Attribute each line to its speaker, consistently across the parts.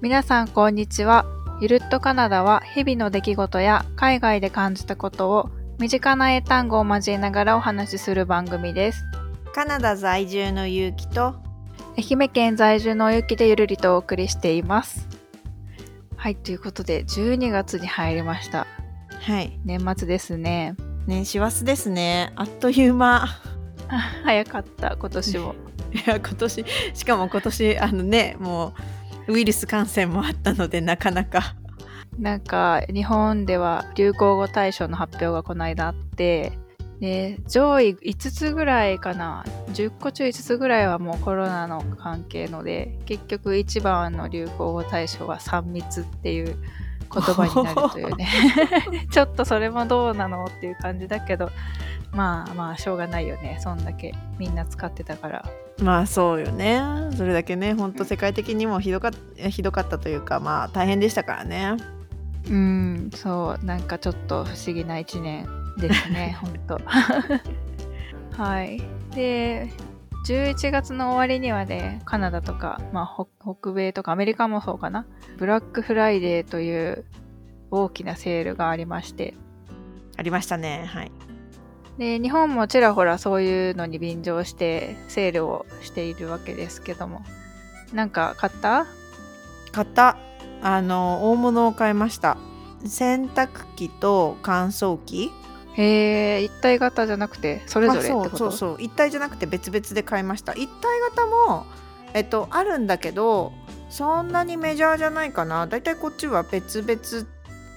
Speaker 1: 皆さんこんにちは。ゆるっとカナダは日々の出来事や海外で感じたことを身近な英単語を交えながらお話しする番組です。
Speaker 2: カナダ在住のゆうきと
Speaker 1: 愛媛県在住のゆきでゆるりとお送りしています。はい、ということで12月に入りました。
Speaker 2: はい
Speaker 1: 年末ですね。
Speaker 2: ね師走ですねあっという間
Speaker 1: あ早かった、今年も。
Speaker 2: いや今年しかも今年あのねもうウイルス感染もあったのでなかなか
Speaker 1: なんか日本では流行語大賞の発表がこの間あってで上位5つぐらいかな10個中5つぐらいはもうコロナの関係ので結局一番の流行語大賞は3密っていう言葉になるというね ちょっとそれもどうなのっていう感じだけどまあまあしょうがないよねそんだけみんな使ってたから
Speaker 2: まあそうよねそれだけね本当世界的にもひどかっひどかったというかまあ大変でしたからね
Speaker 1: うんそうなんかちょっと不思議な一年です ね本当 はいで11月の終わりにはねカナダとか、まあ、北北米とかアメリカもそうかなブラックフライデーという大きなセールがありまして
Speaker 2: ありましたねはい
Speaker 1: で日本もちらほらそういうのに便乗してセールをしているわけですけどもなんか買った
Speaker 2: 買ったあの大物を買いました洗濯機と乾燥機
Speaker 1: へえ一体型じゃなくてそれぞれってこ
Speaker 2: あ
Speaker 1: と
Speaker 2: そうそうそう一体じゃなくて別々で買いました一体型もえっとあるんだけどそんなにメジャーじゃないかなだいたいこっちは別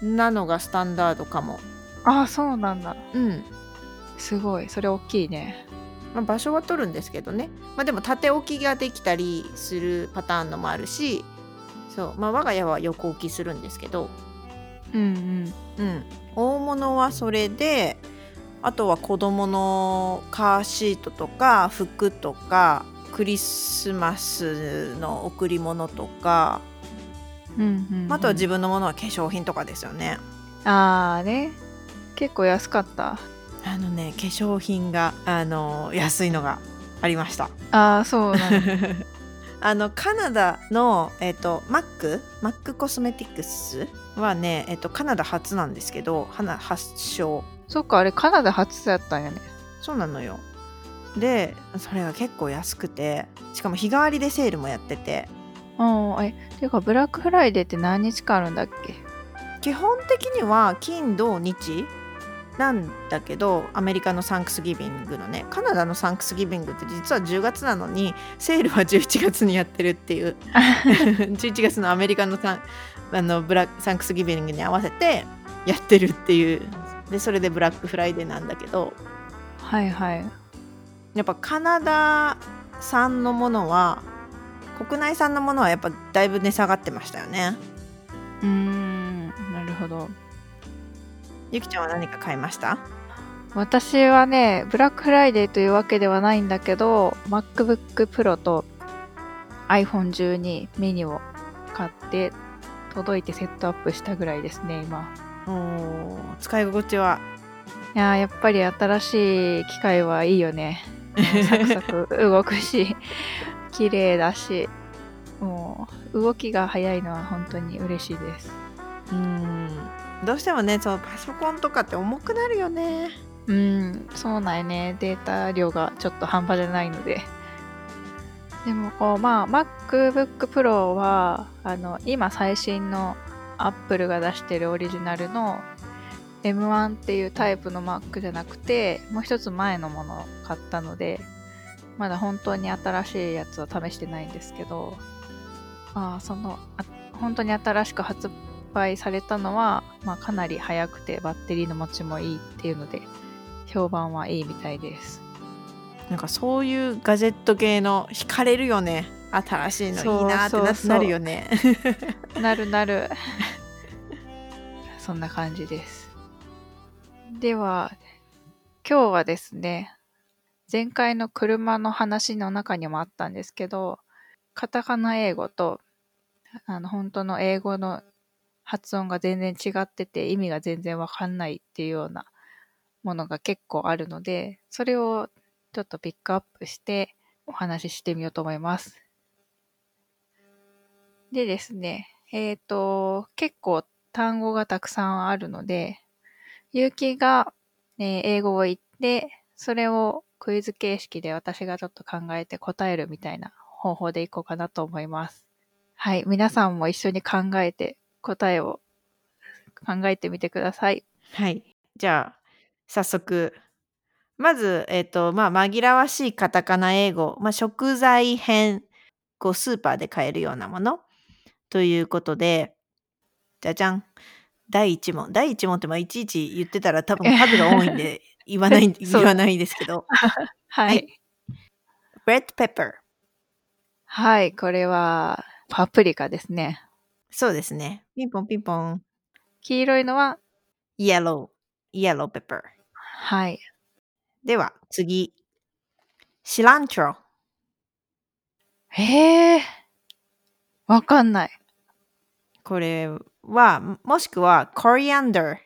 Speaker 2: 々なのがスタンダードかも
Speaker 1: ああそうなんだ
Speaker 2: うん、
Speaker 1: すごいそれ大きいね
Speaker 2: まあ、場所は取るんですけどねまあでも縦置きができたりするパターンのもあるしそうまあ我が家は横置きするんですけど
Speaker 1: うん
Speaker 2: うん大物はそれであとは子供のカーシートとか服とかクリスマスの贈り物とか
Speaker 1: うんうんうん、
Speaker 2: あとは自
Speaker 1: 分
Speaker 2: 分のものは化粧品とかですよね。
Speaker 1: ああね結構安かった
Speaker 2: あのね化粧品があの安いのがありました。
Speaker 1: ああそうなん だ
Speaker 2: あのカナダの、えっとマックマックコスメティックスはね、えっとカナダ初なんですけどはな発祥
Speaker 1: そっかあれカナダ初だったんやね
Speaker 2: そうなのよでそれが結構安くてしかも日替わりでセールもやってて
Speaker 1: ああえっていうかブラックフライデーって何日間あるんだっけ
Speaker 2: 基本的には金土日なんだけどアメリカのサンクスギビングのねカナダのサンクスギビングって実は10月なのにセールは11月にやってるっていう11月のアメリカのサンあのブラサンクスギビングに合わせてやってるっていうでそれでブラックフライデーなんだけど
Speaker 1: はいはい
Speaker 2: やっぱカナダ産のものは国内産のものはやっぱだいぶ値下がってましたよね
Speaker 1: うーんなるほど
Speaker 2: ゆきちゃんは何か買いました
Speaker 1: 私はねブラックフライデーというわけではないんだけど MacBookPro と iPhone12 ミニを買って届いてセットアップしたぐらいですね今
Speaker 2: おー使い心地はい
Speaker 1: やーやっぱり新しい機械はいいよね。サクサク動くし、綺麗だし、もう動きが早いのは本当に嬉しいです。
Speaker 2: うんどうしてもねそのパソコンとかって重くなるよね
Speaker 1: うん、そうなんやね。データ量がちょっと半端じゃないので。でもこう、まあ、MacBook Pro は、あの、今最新の Apple が出してるオリジナルの M1 っていうタイプの Mac じゃなくて、もう一つ前のものを買ったので、まだ本当に新しいやつは試してないんですけど、まあ、その、あ本当に新しく発売されたのは、まあ、かなり早くてバッテリーの持ちもいいっていうので、評判はいいみたいです。
Speaker 2: なんかそういうガジェット系の惹かれるよね新しいのいいなって
Speaker 1: そうそ
Speaker 2: な
Speaker 1: うそう
Speaker 2: なるよね
Speaker 1: なるなる。そんな感じです。では、今日はですね、前回の車の話の中にもあったんですけど、カタカナ英語と、あの、本当の英語の発音が全然違ってて、意味が全然わかんないっていうようなものが結構あるので、それをちょっとピックアップしてお話ししてみようと思います。でですね、えっ、と、結構単語がたくさんあるので、ゆうきが、えー英語を言って、それをクイズ形式で私がちょっと考えて答えるみたいな方法でいこうかなと思います。はい。皆さんも一緒に考えて答えを考えてみてください。
Speaker 2: はい。じゃあ、早速。まず、えっ、と、まあ、紛らわしいカタカナ英語。まあ、食材編。こう、スーパーで買えるようなもの。ということで、じゃじゃん。第1問。第1問って、まあ、いちいち言ってたら多分数が多いん で、言わない、
Speaker 1: そう
Speaker 2: 言わないですけど。
Speaker 1: はい。はい、
Speaker 2: red pepper。
Speaker 1: これは、パプリカですね。
Speaker 2: そうですね。ピンポンピンポン。
Speaker 1: 黄色いのは、
Speaker 2: yellow。yellow pepper。
Speaker 1: はい。
Speaker 2: では、次。シランチョ。
Speaker 1: へえ。わかんない。
Speaker 2: これはもしくはコリアンダー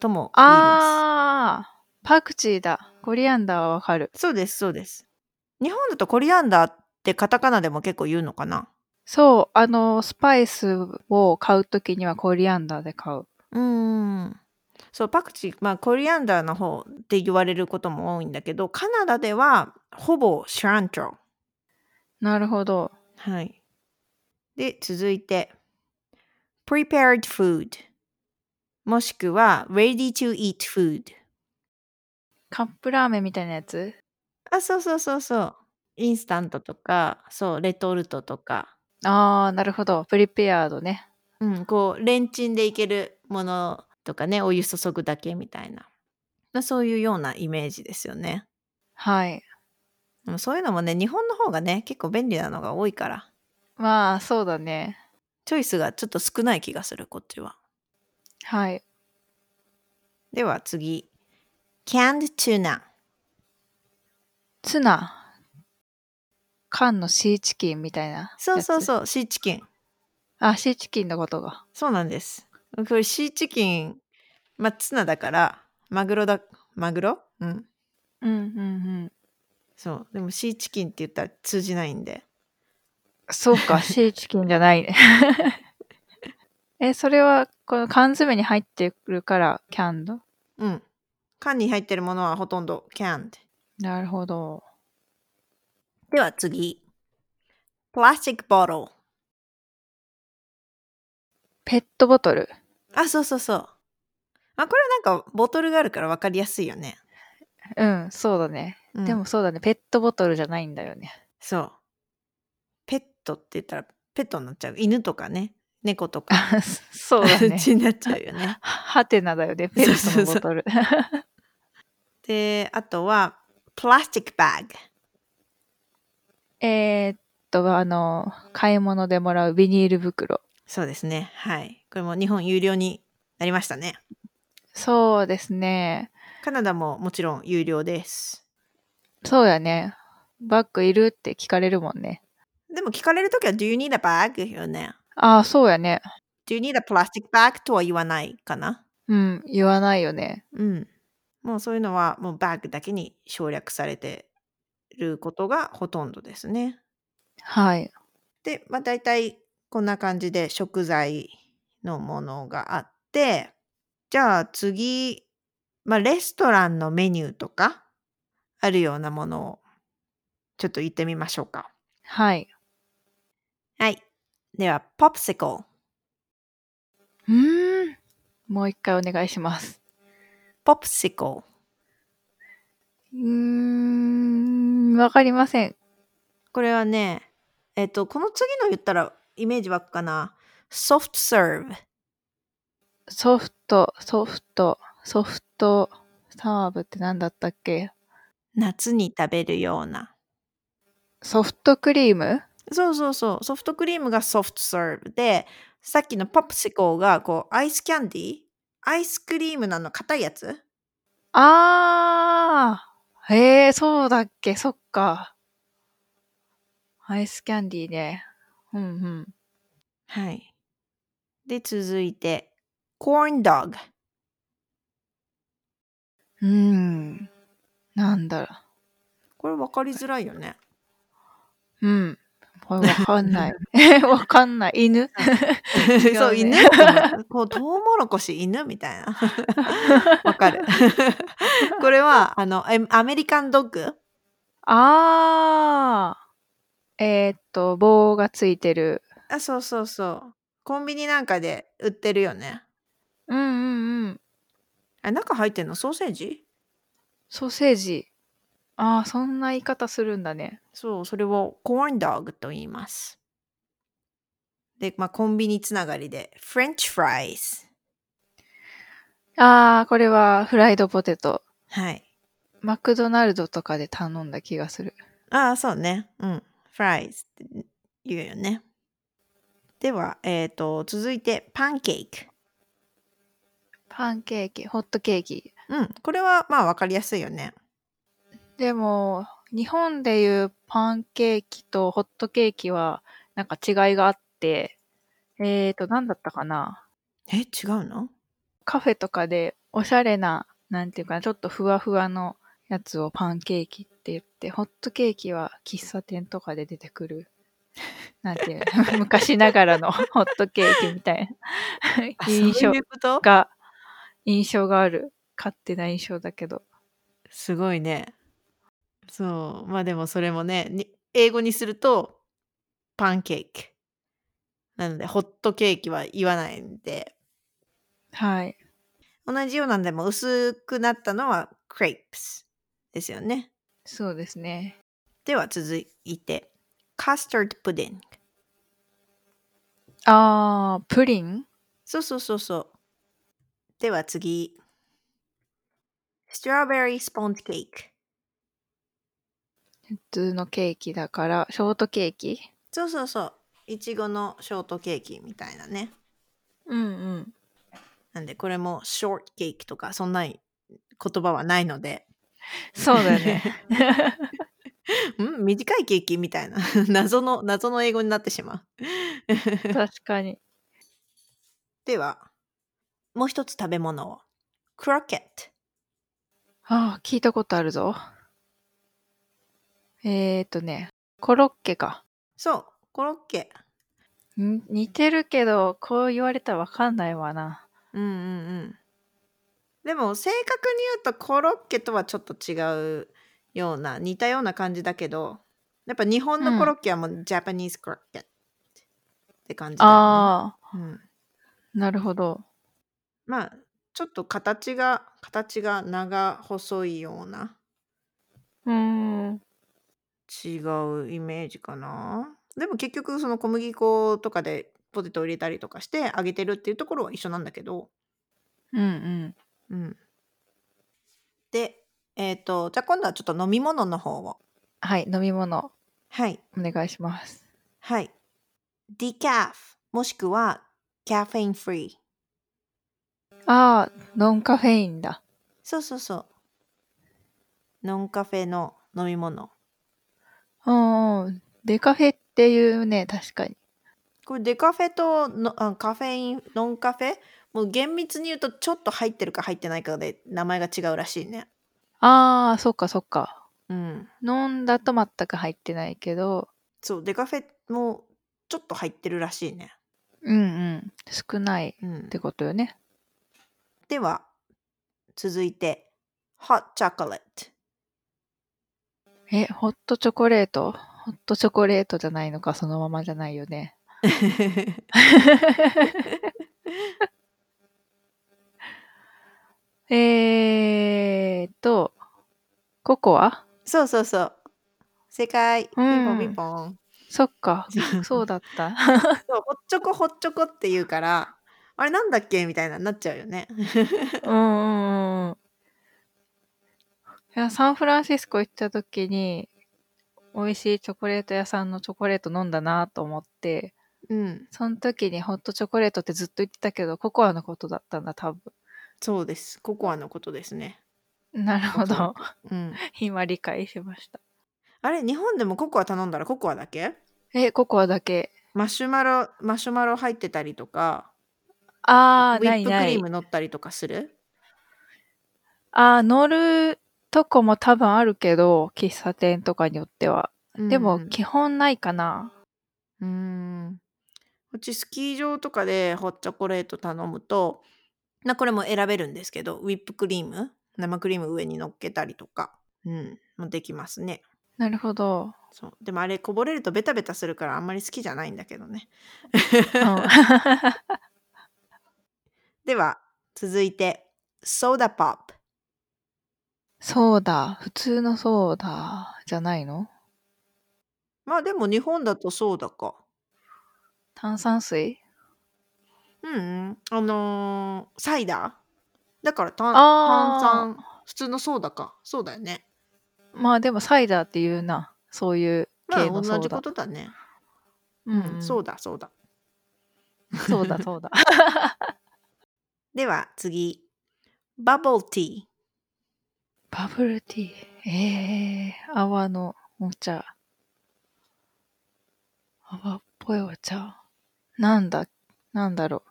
Speaker 2: とも言いま
Speaker 1: あー、パクチーだ。コリアンダーはわかる。
Speaker 2: すそうですそうです日本だとコリアンダーってカタカナでも結構言うのかな
Speaker 1: そう、あの、スパイスを買うときにはコリアンダーで買う。
Speaker 2: うーんそうパクチーまあコリアンダーの方って言われることも多いんだけどカナダではほぼシャランチョ
Speaker 1: なるほど。
Speaker 2: はいで続いて prepared food もしくは ready to eat food
Speaker 1: カップラーメンみたいなやつ
Speaker 2: あそうそうそうそうインスタントとかそうレトルトとか
Speaker 1: あー、なるほど。プリペアードね。
Speaker 2: うん、こうレンチンでいけるものとかねお湯注ぐだけみたいな、まあ、そういうようなイメージですよね
Speaker 1: はい。
Speaker 2: でもそういうのもね日本の方がね結構便利なのが多いから
Speaker 1: まあ、そうだね。
Speaker 2: チョイスがちょっと少ない気がするこっちは
Speaker 1: はい。
Speaker 2: では次 canned tuna
Speaker 1: ツナ。缶のシーチキンみたいな。
Speaker 2: そうそう
Speaker 1: う。
Speaker 2: そうシーチキン
Speaker 1: あ、シーチキンのことが。
Speaker 2: そうなんですこれシーチキンまあツナだからマグロだマグロうん
Speaker 1: うんうんうん。
Speaker 2: そうでもシーチキンって言ったら通じないんで
Speaker 1: そう か、シーチキンじゃない ね。え、それは、この缶詰に入ってるから、キャンド
Speaker 2: うん缶に入ってるものはほとんど canned
Speaker 1: なるほど。
Speaker 2: では次。プラスチックボトル。
Speaker 1: ペットボトル。
Speaker 2: あ、そうそうそう。あ、これなんかボトルがあるから分かりやすいよね。
Speaker 1: うん、そうだね。
Speaker 2: うん
Speaker 1: でも。そうだね。ペットボトルじゃないんだよね。
Speaker 2: そう。ペットって言ったらペットになっちゃう。犬とかね。猫とか。
Speaker 1: あ そうだ ね。
Speaker 2: ちになっちゃうよね。
Speaker 1: はてなだよね。ペットのボト ル。
Speaker 2: で、あとは、プラスチックバッグ。
Speaker 1: えーっと、あの、買い物でもらうビニール袋。
Speaker 2: そうですね。はい。これも日本有料になりましたね。
Speaker 1: そうですね。
Speaker 2: カナダももちろん有料です。
Speaker 1: そうだね。バッグいるって聞かれるもんね。
Speaker 2: でも聞かれるときは、Do you need a bag? よね。
Speaker 1: ああ、そうやね。
Speaker 2: Do you need a plastic bag? とは言わないかな。
Speaker 1: うん、言わないよね。
Speaker 2: うん。もうそういうのはもうバッグだけに省略されてることがほとんどですね。
Speaker 1: はい。
Speaker 2: で、まあ大体こんな感じで食材のものがあって、じゃあ次、まあレストランのメニューとかあるようなものをちょっと言ってみましょうか。
Speaker 1: はい。
Speaker 2: はい。では、ポプシコル。
Speaker 1: うーん。もう一回お願いします。
Speaker 2: ポプシコル。
Speaker 1: うーん、わかりません。
Speaker 2: これはね、えっと、この次の言ったらイメージ湧くかな。ソフトサーブ。
Speaker 1: ソフト、ソフト、ソフトサーブって何だったっけ
Speaker 2: 夏に食べるような。
Speaker 1: ソフトクリーム
Speaker 2: そうそうそう。ソフトクリームがソフトサーブで、さっきのポプシコーがこうアイスキャンディーアイスクリームなの硬いやつ
Speaker 1: あーへえ、そうだっけそっか。アイスキャンディーね。うんうん。
Speaker 2: はい。で、続いて、コーンドッグ。
Speaker 1: うーん。なんだろ
Speaker 2: これ分かりづらいよね。
Speaker 1: う。うん。これわかんない。 わかんない。犬違うね
Speaker 2: そう犬って思う こうトウモロコシ犬みたいな わかる これはあのえアメリカンドッグ
Speaker 1: あー。えーっと、棒がついてる。
Speaker 2: あそうそうそうコンビニなんかで売ってるよね
Speaker 1: うんうんうん。
Speaker 2: あ中入ってんのソーセージ
Speaker 1: ソーセージ。ああ、そんな言い方するんだね。
Speaker 2: そうそれをコーンドッグと言いますで、まあ、コンビニつながりでフレンチフライズ
Speaker 1: ああ、これはフライドポテト。
Speaker 2: はい
Speaker 1: マクドナルドとかで頼んだ気がする。
Speaker 2: ああ、そうね。うん。フライズって言うよね。では、えっ、と、続いてパンケーキ。
Speaker 1: パンケーキ、ホットケーキ。
Speaker 2: うん。これは、まあ、わかりやすいよね。
Speaker 1: でも、日本でいうパンケーキとホットケーキは、なんか違いがあって、えーと、なんだったかな。
Speaker 2: え、違うの
Speaker 1: カフェとかで、おしゃれな、なんていうかな、ちょっとふわふわのやつをパンケーキって言って、ホットケーキは喫茶店とかで出てくる。 なんていう の昔ながらの ホットケーキみたいな 印象
Speaker 2: こと
Speaker 1: が、印象がある。勝手な印象だけど。
Speaker 2: すごいね。そう。まあ、でもそれもね、に英語にすると、パンケーキ。なので、ホットケーキは言わないんで、
Speaker 1: はい。
Speaker 2: 同じようなんでも薄くなったのは、クレイプスですよね。
Speaker 1: そうですね。
Speaker 2: では、続いて、カスタードプディング。
Speaker 1: あー、プリン
Speaker 2: そうそうそうそう。では次。ストロベリースポンジケーキ。
Speaker 1: 普通のケーキだから、ショートケーキ
Speaker 2: そうそうそう。いちごのショートケーキみたいなね。
Speaker 1: うんうん。
Speaker 2: なんでこれもショートケーキとかそんな言葉はないので。
Speaker 1: そうだ ね。
Speaker 2: うん短いケーキみたいな 謎の謎の英語になってしまう。
Speaker 1: 確かに。
Speaker 2: ではもう一つ食べ物を。クロケット。
Speaker 1: ああ、聞いたことあるぞ。えーとね、コロッケか。
Speaker 2: そうコロッケ。
Speaker 1: ん似てるけど、こう言われたらわかんないわな。
Speaker 2: うんうんうん。でも正確に言うとコロッケとはちょっと違うような似たような感じだけどやっぱ日本のコロッケはもうジャパニーズコロッケって感じだよ
Speaker 1: ああ、
Speaker 2: ね。うん、
Speaker 1: なるほど。
Speaker 2: まあちょっと形が形が長細いような
Speaker 1: うーん。
Speaker 2: 違うイメージかな。でも結局その小麦粉とかでポテトを入れたりとかして揚げてるっていうところは一緒なんだけど。
Speaker 1: うんうん。
Speaker 2: うん、で、えっとじゃあ今度はちょっと飲み物の方を
Speaker 1: はい、飲み物、
Speaker 2: はい
Speaker 1: お願いします。
Speaker 2: はいディカフもしくはカフェインフリー
Speaker 1: ああ、ノンカフェインだ。
Speaker 2: そうそうそうノンカフェの飲み物
Speaker 1: うんうん。デカフェっていうね、確かに。
Speaker 2: これデカフェとのあカフェインノンカフェもう厳密に言うとちょっと入ってるか入ってないかで名前が違うらしいね
Speaker 1: ああ、そっかそっか。
Speaker 2: うん
Speaker 1: 飲んだと全く入ってないけど、
Speaker 2: そうデカフェもちょっと入ってるらしいね
Speaker 1: うんうん。少ない
Speaker 2: うん
Speaker 1: ってことよね。
Speaker 2: では続いて hot chocolate
Speaker 1: え、ホットチョコレートホットチョコレートじゃないのか、そのままじゃないよね。えーっと、ココア
Speaker 2: そうそうそう正解ピ
Speaker 1: うん
Speaker 2: ンポンピンポン、
Speaker 1: そっか、そうだった。
Speaker 2: そうほっちょこほっちょこって言うからあれなんだっけみたいななっちゃうよね
Speaker 1: うんうんうん。いや、サンフランシスコ行った時に、美味しいチョコレート屋さんのチョコレート飲んだなと思って、
Speaker 2: うん
Speaker 1: その時にホットチョコレートってずっと言ってたけど、ココアのことだったんだ、多分。
Speaker 2: そうですココアのことですね
Speaker 1: なるほ
Speaker 2: コ
Speaker 1: ど。
Speaker 2: うん
Speaker 1: 今理解しました。
Speaker 2: あれ日本でもココア頼んだらココアだけ
Speaker 1: え、ココアだけ。
Speaker 2: マシュマロマシュマロ入ってたりとか
Speaker 1: あ
Speaker 2: ウ
Speaker 1: ー、ない
Speaker 2: ィップク
Speaker 1: な
Speaker 2: リ
Speaker 1: い
Speaker 2: ー。ム乗ったりとかする
Speaker 1: あー、乗るとこも多分あるけど、喫茶店とかによっては。でも、
Speaker 2: うん
Speaker 1: 基本ないかな。
Speaker 2: うーん。うちスキー場とかでホットチョコレート頼むと、なこれも選べるんですけど、ウィップクリーム、生クリーム上に乗っけたりとか、うん、もできますね。
Speaker 1: なるほど。
Speaker 2: そう。でもあれこぼれるとベタベタするからあんまり好きじゃないんだけどね。
Speaker 1: うん
Speaker 2: では、続いて、ソーダポップ。
Speaker 1: そうだ。普通のそうだ。じゃないの
Speaker 2: まあでも日本だとソーダか。
Speaker 1: 炭酸水
Speaker 2: うんうん、あのーサイダーだから炭
Speaker 1: あ
Speaker 2: 炭
Speaker 1: ー
Speaker 2: 酸普通のソーダかそうだよね
Speaker 1: まあでもサイダーっていうな。そういう
Speaker 2: まあ
Speaker 1: 系のそ
Speaker 2: 同
Speaker 1: う
Speaker 2: じ
Speaker 1: だ。
Speaker 2: ことだね
Speaker 1: う
Speaker 2: うん、そう
Speaker 1: だ。
Speaker 2: だそうだ
Speaker 1: そうだ、そうだ。
Speaker 2: では次バブルティー
Speaker 1: バブルティー。ええー、泡のお茶。泡っぽいお茶。なんだ、なんだろ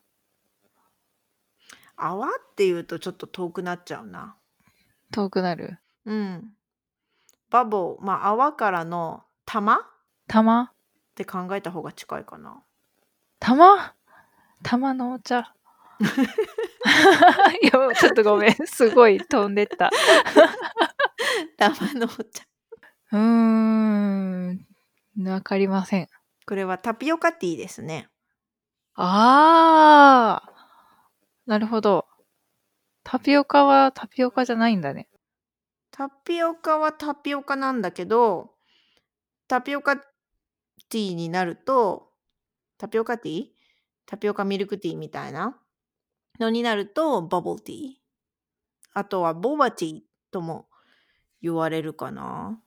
Speaker 2: 泡っていうとちょっと遠くなっちゃうな
Speaker 1: う。遠くなる。
Speaker 2: うんバブルまあ泡からの玉っ
Speaker 1: 玉
Speaker 2: て考えた方が近いかな
Speaker 1: 玉玉のお茶。 いや、ちょっとごめん。すごい飛んでった。
Speaker 2: 玉のお茶
Speaker 1: うーん。わかりません。
Speaker 2: これはタピオカティーですね
Speaker 1: あー。なるほど。タピオカはタピオカじゃないんだね。
Speaker 2: タピオカはタピオカなんだけどタピオカティーになるとタピオカティータピオカミルクティーみたいなのになるとバブルティーあとはボバティーとも言われるかな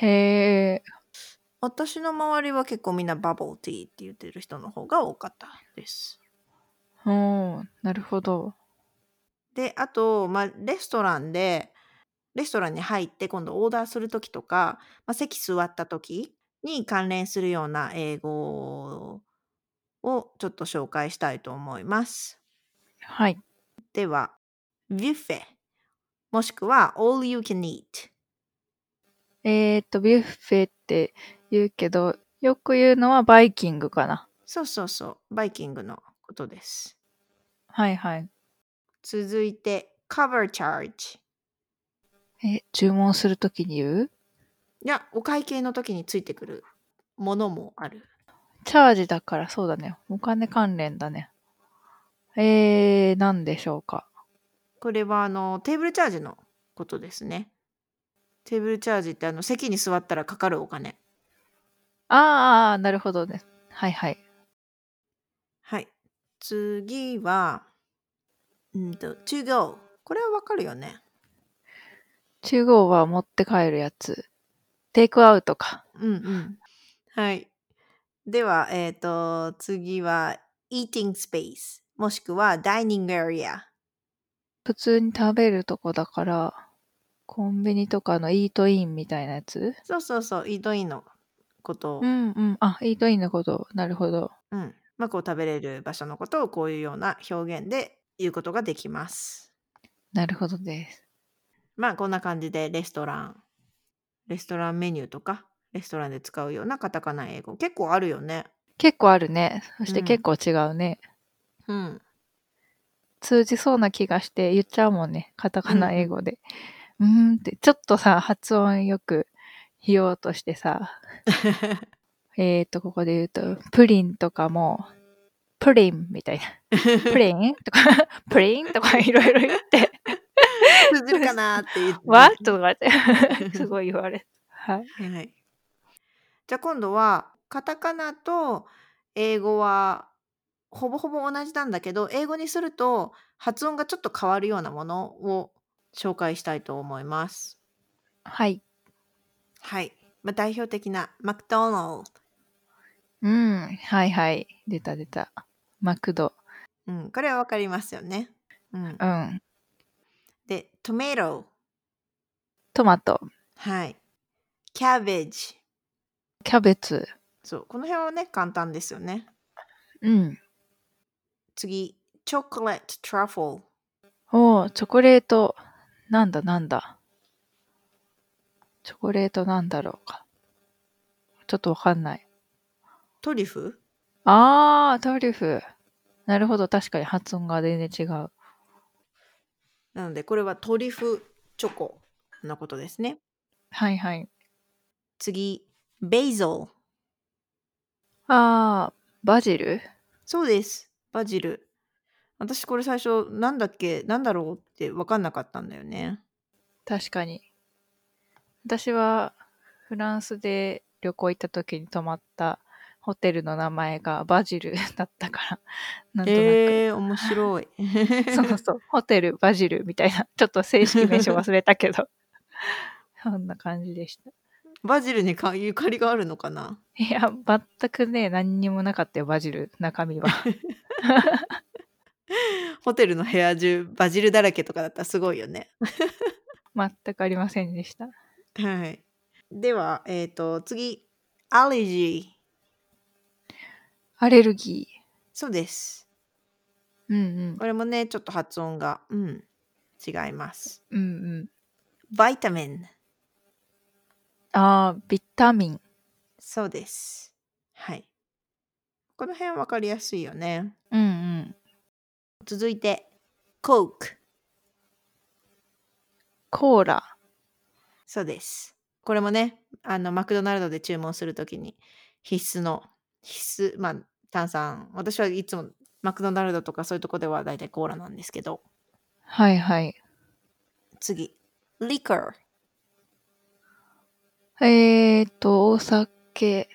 Speaker 1: へー。
Speaker 2: 私の周りは結構みんなバブルティーって言ってる人の方が多かったです
Speaker 1: うん。なるほど。
Speaker 2: であと、まあ、レストランでレストランに入って今度オーダーする時とか、まあ、席座った時に関連するような英語をちょっと紹介したいと思います。
Speaker 1: はい。
Speaker 2: では「ビュッフェ」もしくは「all you can eat
Speaker 1: えー、っと、ビュッフェって言うけど、よく言うのはバイキングかな。」
Speaker 2: そうそうそうバイキングのことです。
Speaker 1: はいはい。
Speaker 2: 続いて「cover charge」
Speaker 1: え、注文するときに言う
Speaker 2: いやお会計の時についてくるものもある。
Speaker 1: チャージだからそうだね。お金関連だね。えー、なんでしょうか。
Speaker 2: これはあのテーブルチャージのことですね。テーブルチャージってあの席に座ったらかかるお金。
Speaker 1: あーあー、なるほどね。はいはい。
Speaker 2: はい。次は、うんと、to go。これはわかるよね。
Speaker 1: 中央は持って帰るやつ。テイクアウトか。
Speaker 2: うんうん。はい。では、えっ、と、次は、eating space。もしくは、dining area。
Speaker 1: 普通に食べるとこだから、コンビニとかのイートインみたいなやつ
Speaker 2: そうそうそう、イートインのことを、う、
Speaker 1: うんんうん。あ、イートインのこと。なるほど。
Speaker 2: まあ、こう食べれる場所のことを、こういうような表現で言うことができます。
Speaker 1: なるほどです。
Speaker 2: まあこんな感じでレストラン、レストランメニューとか、レストランで使うようなカタカナ英語結構あるよね。
Speaker 1: 結構あるね。そして
Speaker 2: うん
Speaker 1: 結構違うね。
Speaker 2: うん。
Speaker 1: 通じそうな気がして言っちゃうもんね。カタカナ英語で。うーんって、ちょっとさ、発音よく言おうとしてさ、えーと、ここで言うと、プリンとかも、プリンみたいな。プリンとか、 プリンとかいろいろ言って、
Speaker 2: 通じるかなって言 って。
Speaker 1: わっとかって、すごい言われた。はい。
Speaker 2: はい。じゃあ今度はカタカナと英語はほぼほぼ同じなんだけど、英語にすると発音がちょっと変わるようなものを紹介したいと思います。
Speaker 1: はい。
Speaker 2: はい。まあ、代表的なマクドナルド。
Speaker 1: うん。はいはい。出た出た。マクド。
Speaker 2: うん、これはわかりますよね。うん
Speaker 1: う、ん。
Speaker 2: で、トメイロ。
Speaker 1: トマト。
Speaker 2: はい。キャベジ。
Speaker 1: キャベツ。
Speaker 2: そう、この辺はね、簡単ですよね。
Speaker 1: うん。
Speaker 2: 次、チョコレート、トラフォル。
Speaker 1: おーチョコレート。なんだなんだ。チョコレートなんだろうか。ちょっとわかんない。
Speaker 2: トリュフ
Speaker 1: あー、トリュフ。なるほど、確かに発音が全然違う。
Speaker 2: なのでこれはトリュフチョコのことですね
Speaker 1: はいはい。
Speaker 2: 次ベイゾル
Speaker 1: あー、バジル
Speaker 2: そうですバジル私これ最初なんだっけなんだろうって分かんなかったんだよね
Speaker 1: 確かに。私はフランスで旅行行った時に泊まったホテルの名前がバジルだったから、なんとなく。
Speaker 2: えー、面白い
Speaker 1: そうそう、ホテルバジルみたいな、ちょっと正式名称忘れたけど、 そんな感じでした。
Speaker 2: バジルにかゆかりがあるのかない
Speaker 1: や、全くね、何にもなかったよ、バジル、中 身は。
Speaker 2: ホテルの部屋中バジルだらけとかだったらすごいよね
Speaker 1: 全くありませんでした。
Speaker 2: はいではえっ、と次アレジー
Speaker 1: アレルギ
Speaker 2: そうです
Speaker 1: ー。うん
Speaker 2: これもねちょっと発音がうん違います
Speaker 1: うん。うんうん。
Speaker 2: バイタミン
Speaker 1: ああ、ビタミン。
Speaker 2: そうですはいこの辺わかりやすいよね
Speaker 1: うんうん。
Speaker 2: 続いてコーク
Speaker 1: コーラ。
Speaker 2: そうですこれもねあのマクドナルドで注文するときに必須の必須まあ炭酸私はいつもマクドナルドとかそういうとこではだいたいコーラなんですけど
Speaker 1: はいはい。
Speaker 2: 次リカー
Speaker 1: えーと、お酒。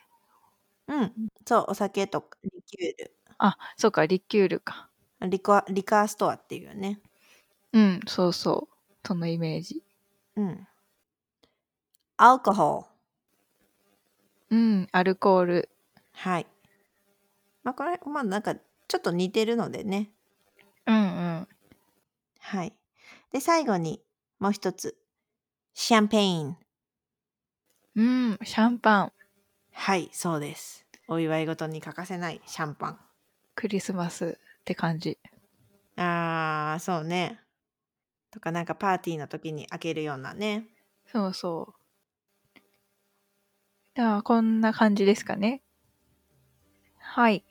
Speaker 2: うんそうお酒とかリキュール
Speaker 1: あ、そうか、リキュールか。
Speaker 2: リコリカーストアっていうね
Speaker 1: うん、そうそう。そのイメージ。
Speaker 2: うんアルコホー
Speaker 1: う
Speaker 2: ル
Speaker 1: ん、アルコール。
Speaker 2: はいまあこれまあなんかちょっと似てるのでね
Speaker 1: うんうん。
Speaker 2: はいで最後にもう一つシャンペイン
Speaker 1: うん、シャンパン。
Speaker 2: はいそうですお祝い事に欠かせないシャンパン
Speaker 1: クリスマスって感じ。
Speaker 2: あーそうねとかなんかパーティーの時に開けるようなね
Speaker 1: そうそう。じゃあ、こんな感じですかね。はい。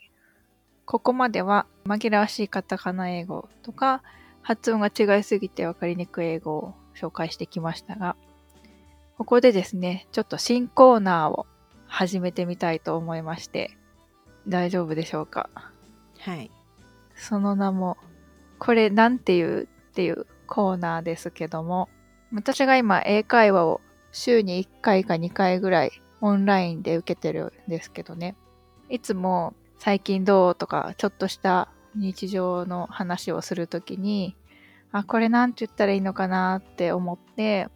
Speaker 1: ここまでは、紛らわしいカタカナ英語とか、発音が違いすぎて分かりにくい英語を紹介してきましたが、ここでですね、ちょっと新コーナーを始めてみたいと思いまして、大丈夫でしょうか
Speaker 2: はい
Speaker 1: その名も、これなんて言うっていうコーナーですけども、私が今英会話を週に1回か2回ぐらいオンラインで受けてるんですけどね、いつも最近どうとか、ちょっとした日常の話をするときに、あ、これなんて言ったらいいのかなって思って、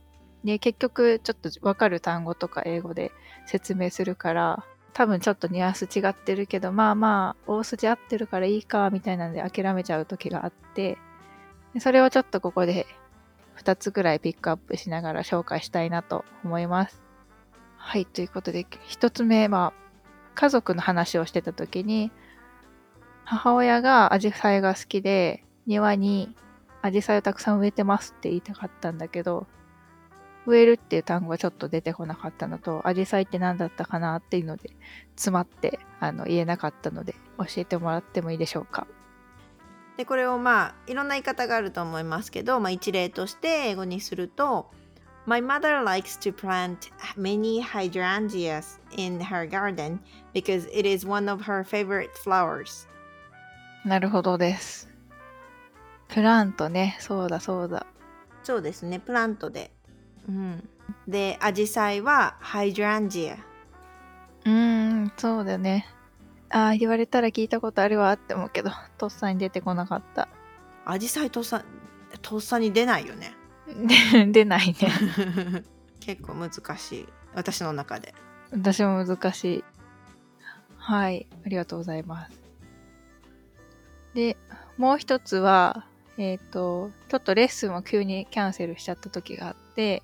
Speaker 1: で、結局ちょっとわかる単語とか英語で説明するから、多分ちょっとニュアンス違ってるけどまあまあ大筋合ってるからいいかみたいなので諦めちゃう時があってでそれをちょっとここで2つぐらいピックアップしながら紹介したいなと思います。はいということで1つ目は家族の話をしてた時に母親がアジサイが好きで庭にアジサイをたくさん植えてますって言いたかったんだけど植えるっていう単語がちょっと出てこなかったのとアジサイって何だったかなっていうので詰まってあの言えなかったので教えてもらってもいいでしょうか
Speaker 2: でこれをまあいろんな言い方があると思いますけど、まあ、一例として英語にすると My mother likes to plant many hydrangeas in her garden because it is one of her favorite flowers.
Speaker 1: なるほどですプラントねそうだそうだ
Speaker 2: そうですね、プラントで。うん、で、アジサイはハイドランジア。
Speaker 1: うーんそうだねああ言われたら聞いたことあるわって思うけどとっさに出てこなかった
Speaker 2: アジサイとっさとっさに出ないよね。
Speaker 1: で出ないね
Speaker 2: 結構難しい、私の中で。
Speaker 1: 私も難しいはいありがとうございますでもう一つはえっ、とちょっとレッスンを急にキャンセルしちゃった時があって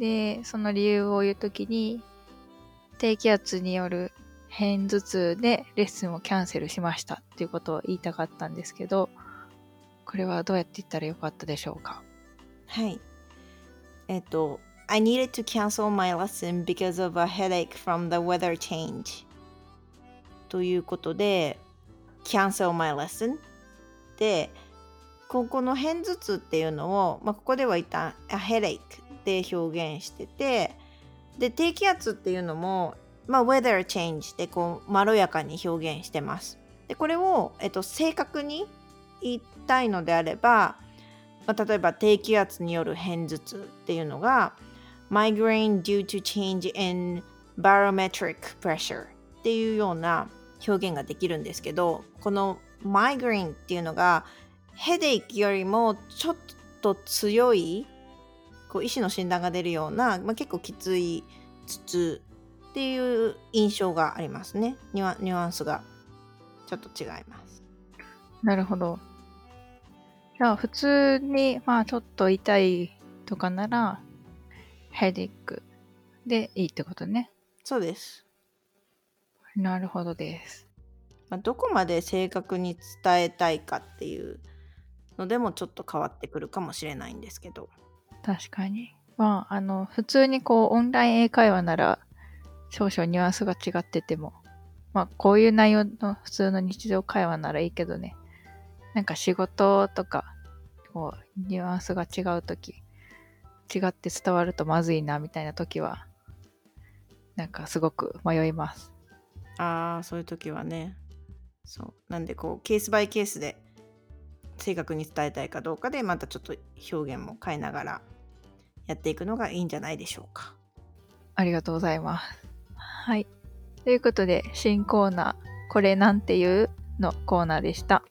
Speaker 1: でその理由を言う時に低気圧による偏頭痛でレッスンをキャンセルしましたっていうことを言いたかったんですけどこれはどうやって言ったらよかったでしょうか
Speaker 2: はい。えっと、I needed to cancel my lesson because of a headache from the weather change. ということで Cancel my lesson でここの片頭痛っていうのを、まあ、ここでは一旦 a headache で表現しててで低気圧っていうのも、まあ、weather change でこうまろやかに表現してますでこれを、えっと、正確に言いたいのであれば、まあ、例えば低気圧による片頭痛っていうのが migraine due to change in barometric pressure っていうような表現ができるんですけどこの migraine っていうのがヘデイクよりもちょっと強いこう医師の診断が出るような、まあ、結構きつい頭痛っていう印象がありますねニュアニュアンスがちょっと違います
Speaker 1: なるほど。じゃあ普通に、まあちょっと痛いとかなら、ヘディックでいいってことね。
Speaker 2: そうです、
Speaker 1: なるほどです。
Speaker 2: まあ、どこまで正確に伝えたいかっていうのでもちょっと変わってくるかもしれないんですけど
Speaker 1: 確かに。まあ、あの、普通にこう、オンライン英会話なら、少々ニュアンスが違ってても、まあ、こういう内容の普通の日常会話ならいいけどね、なんか仕事とか、こう、ニュアンスが違うとき、違って伝わるとまずいな、みたいなときは、なんかすごく迷います。
Speaker 2: ああそういう時はねそうなんでこうケースバイケースで正確に伝えたいかどうかでまたちょっと表現も変えながらやっていくのがいいんじゃないでしょうか
Speaker 1: ありがとうございます。はい。ということで、新コーナー、これなんていうのコーナーでした。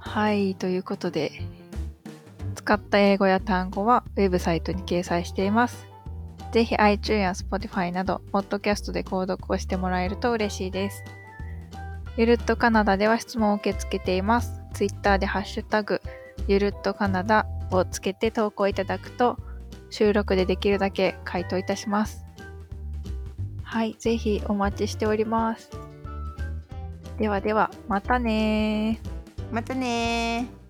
Speaker 1: はい。ということで、使った英語や単語はウェブサイトに掲載しています。ぜひ iTunes や Spotify など、ポッドキャストで購読をしてもらえると嬉しいです。ゆるっとカナダでは質問を受け付けています。Twitter でハッシュタグ、ゆるっとカナダをつけて投稿いただくと、収録でできるだけ回答いたします。はい、ぜひお待ちしております。ではでは、またねー。
Speaker 2: またねー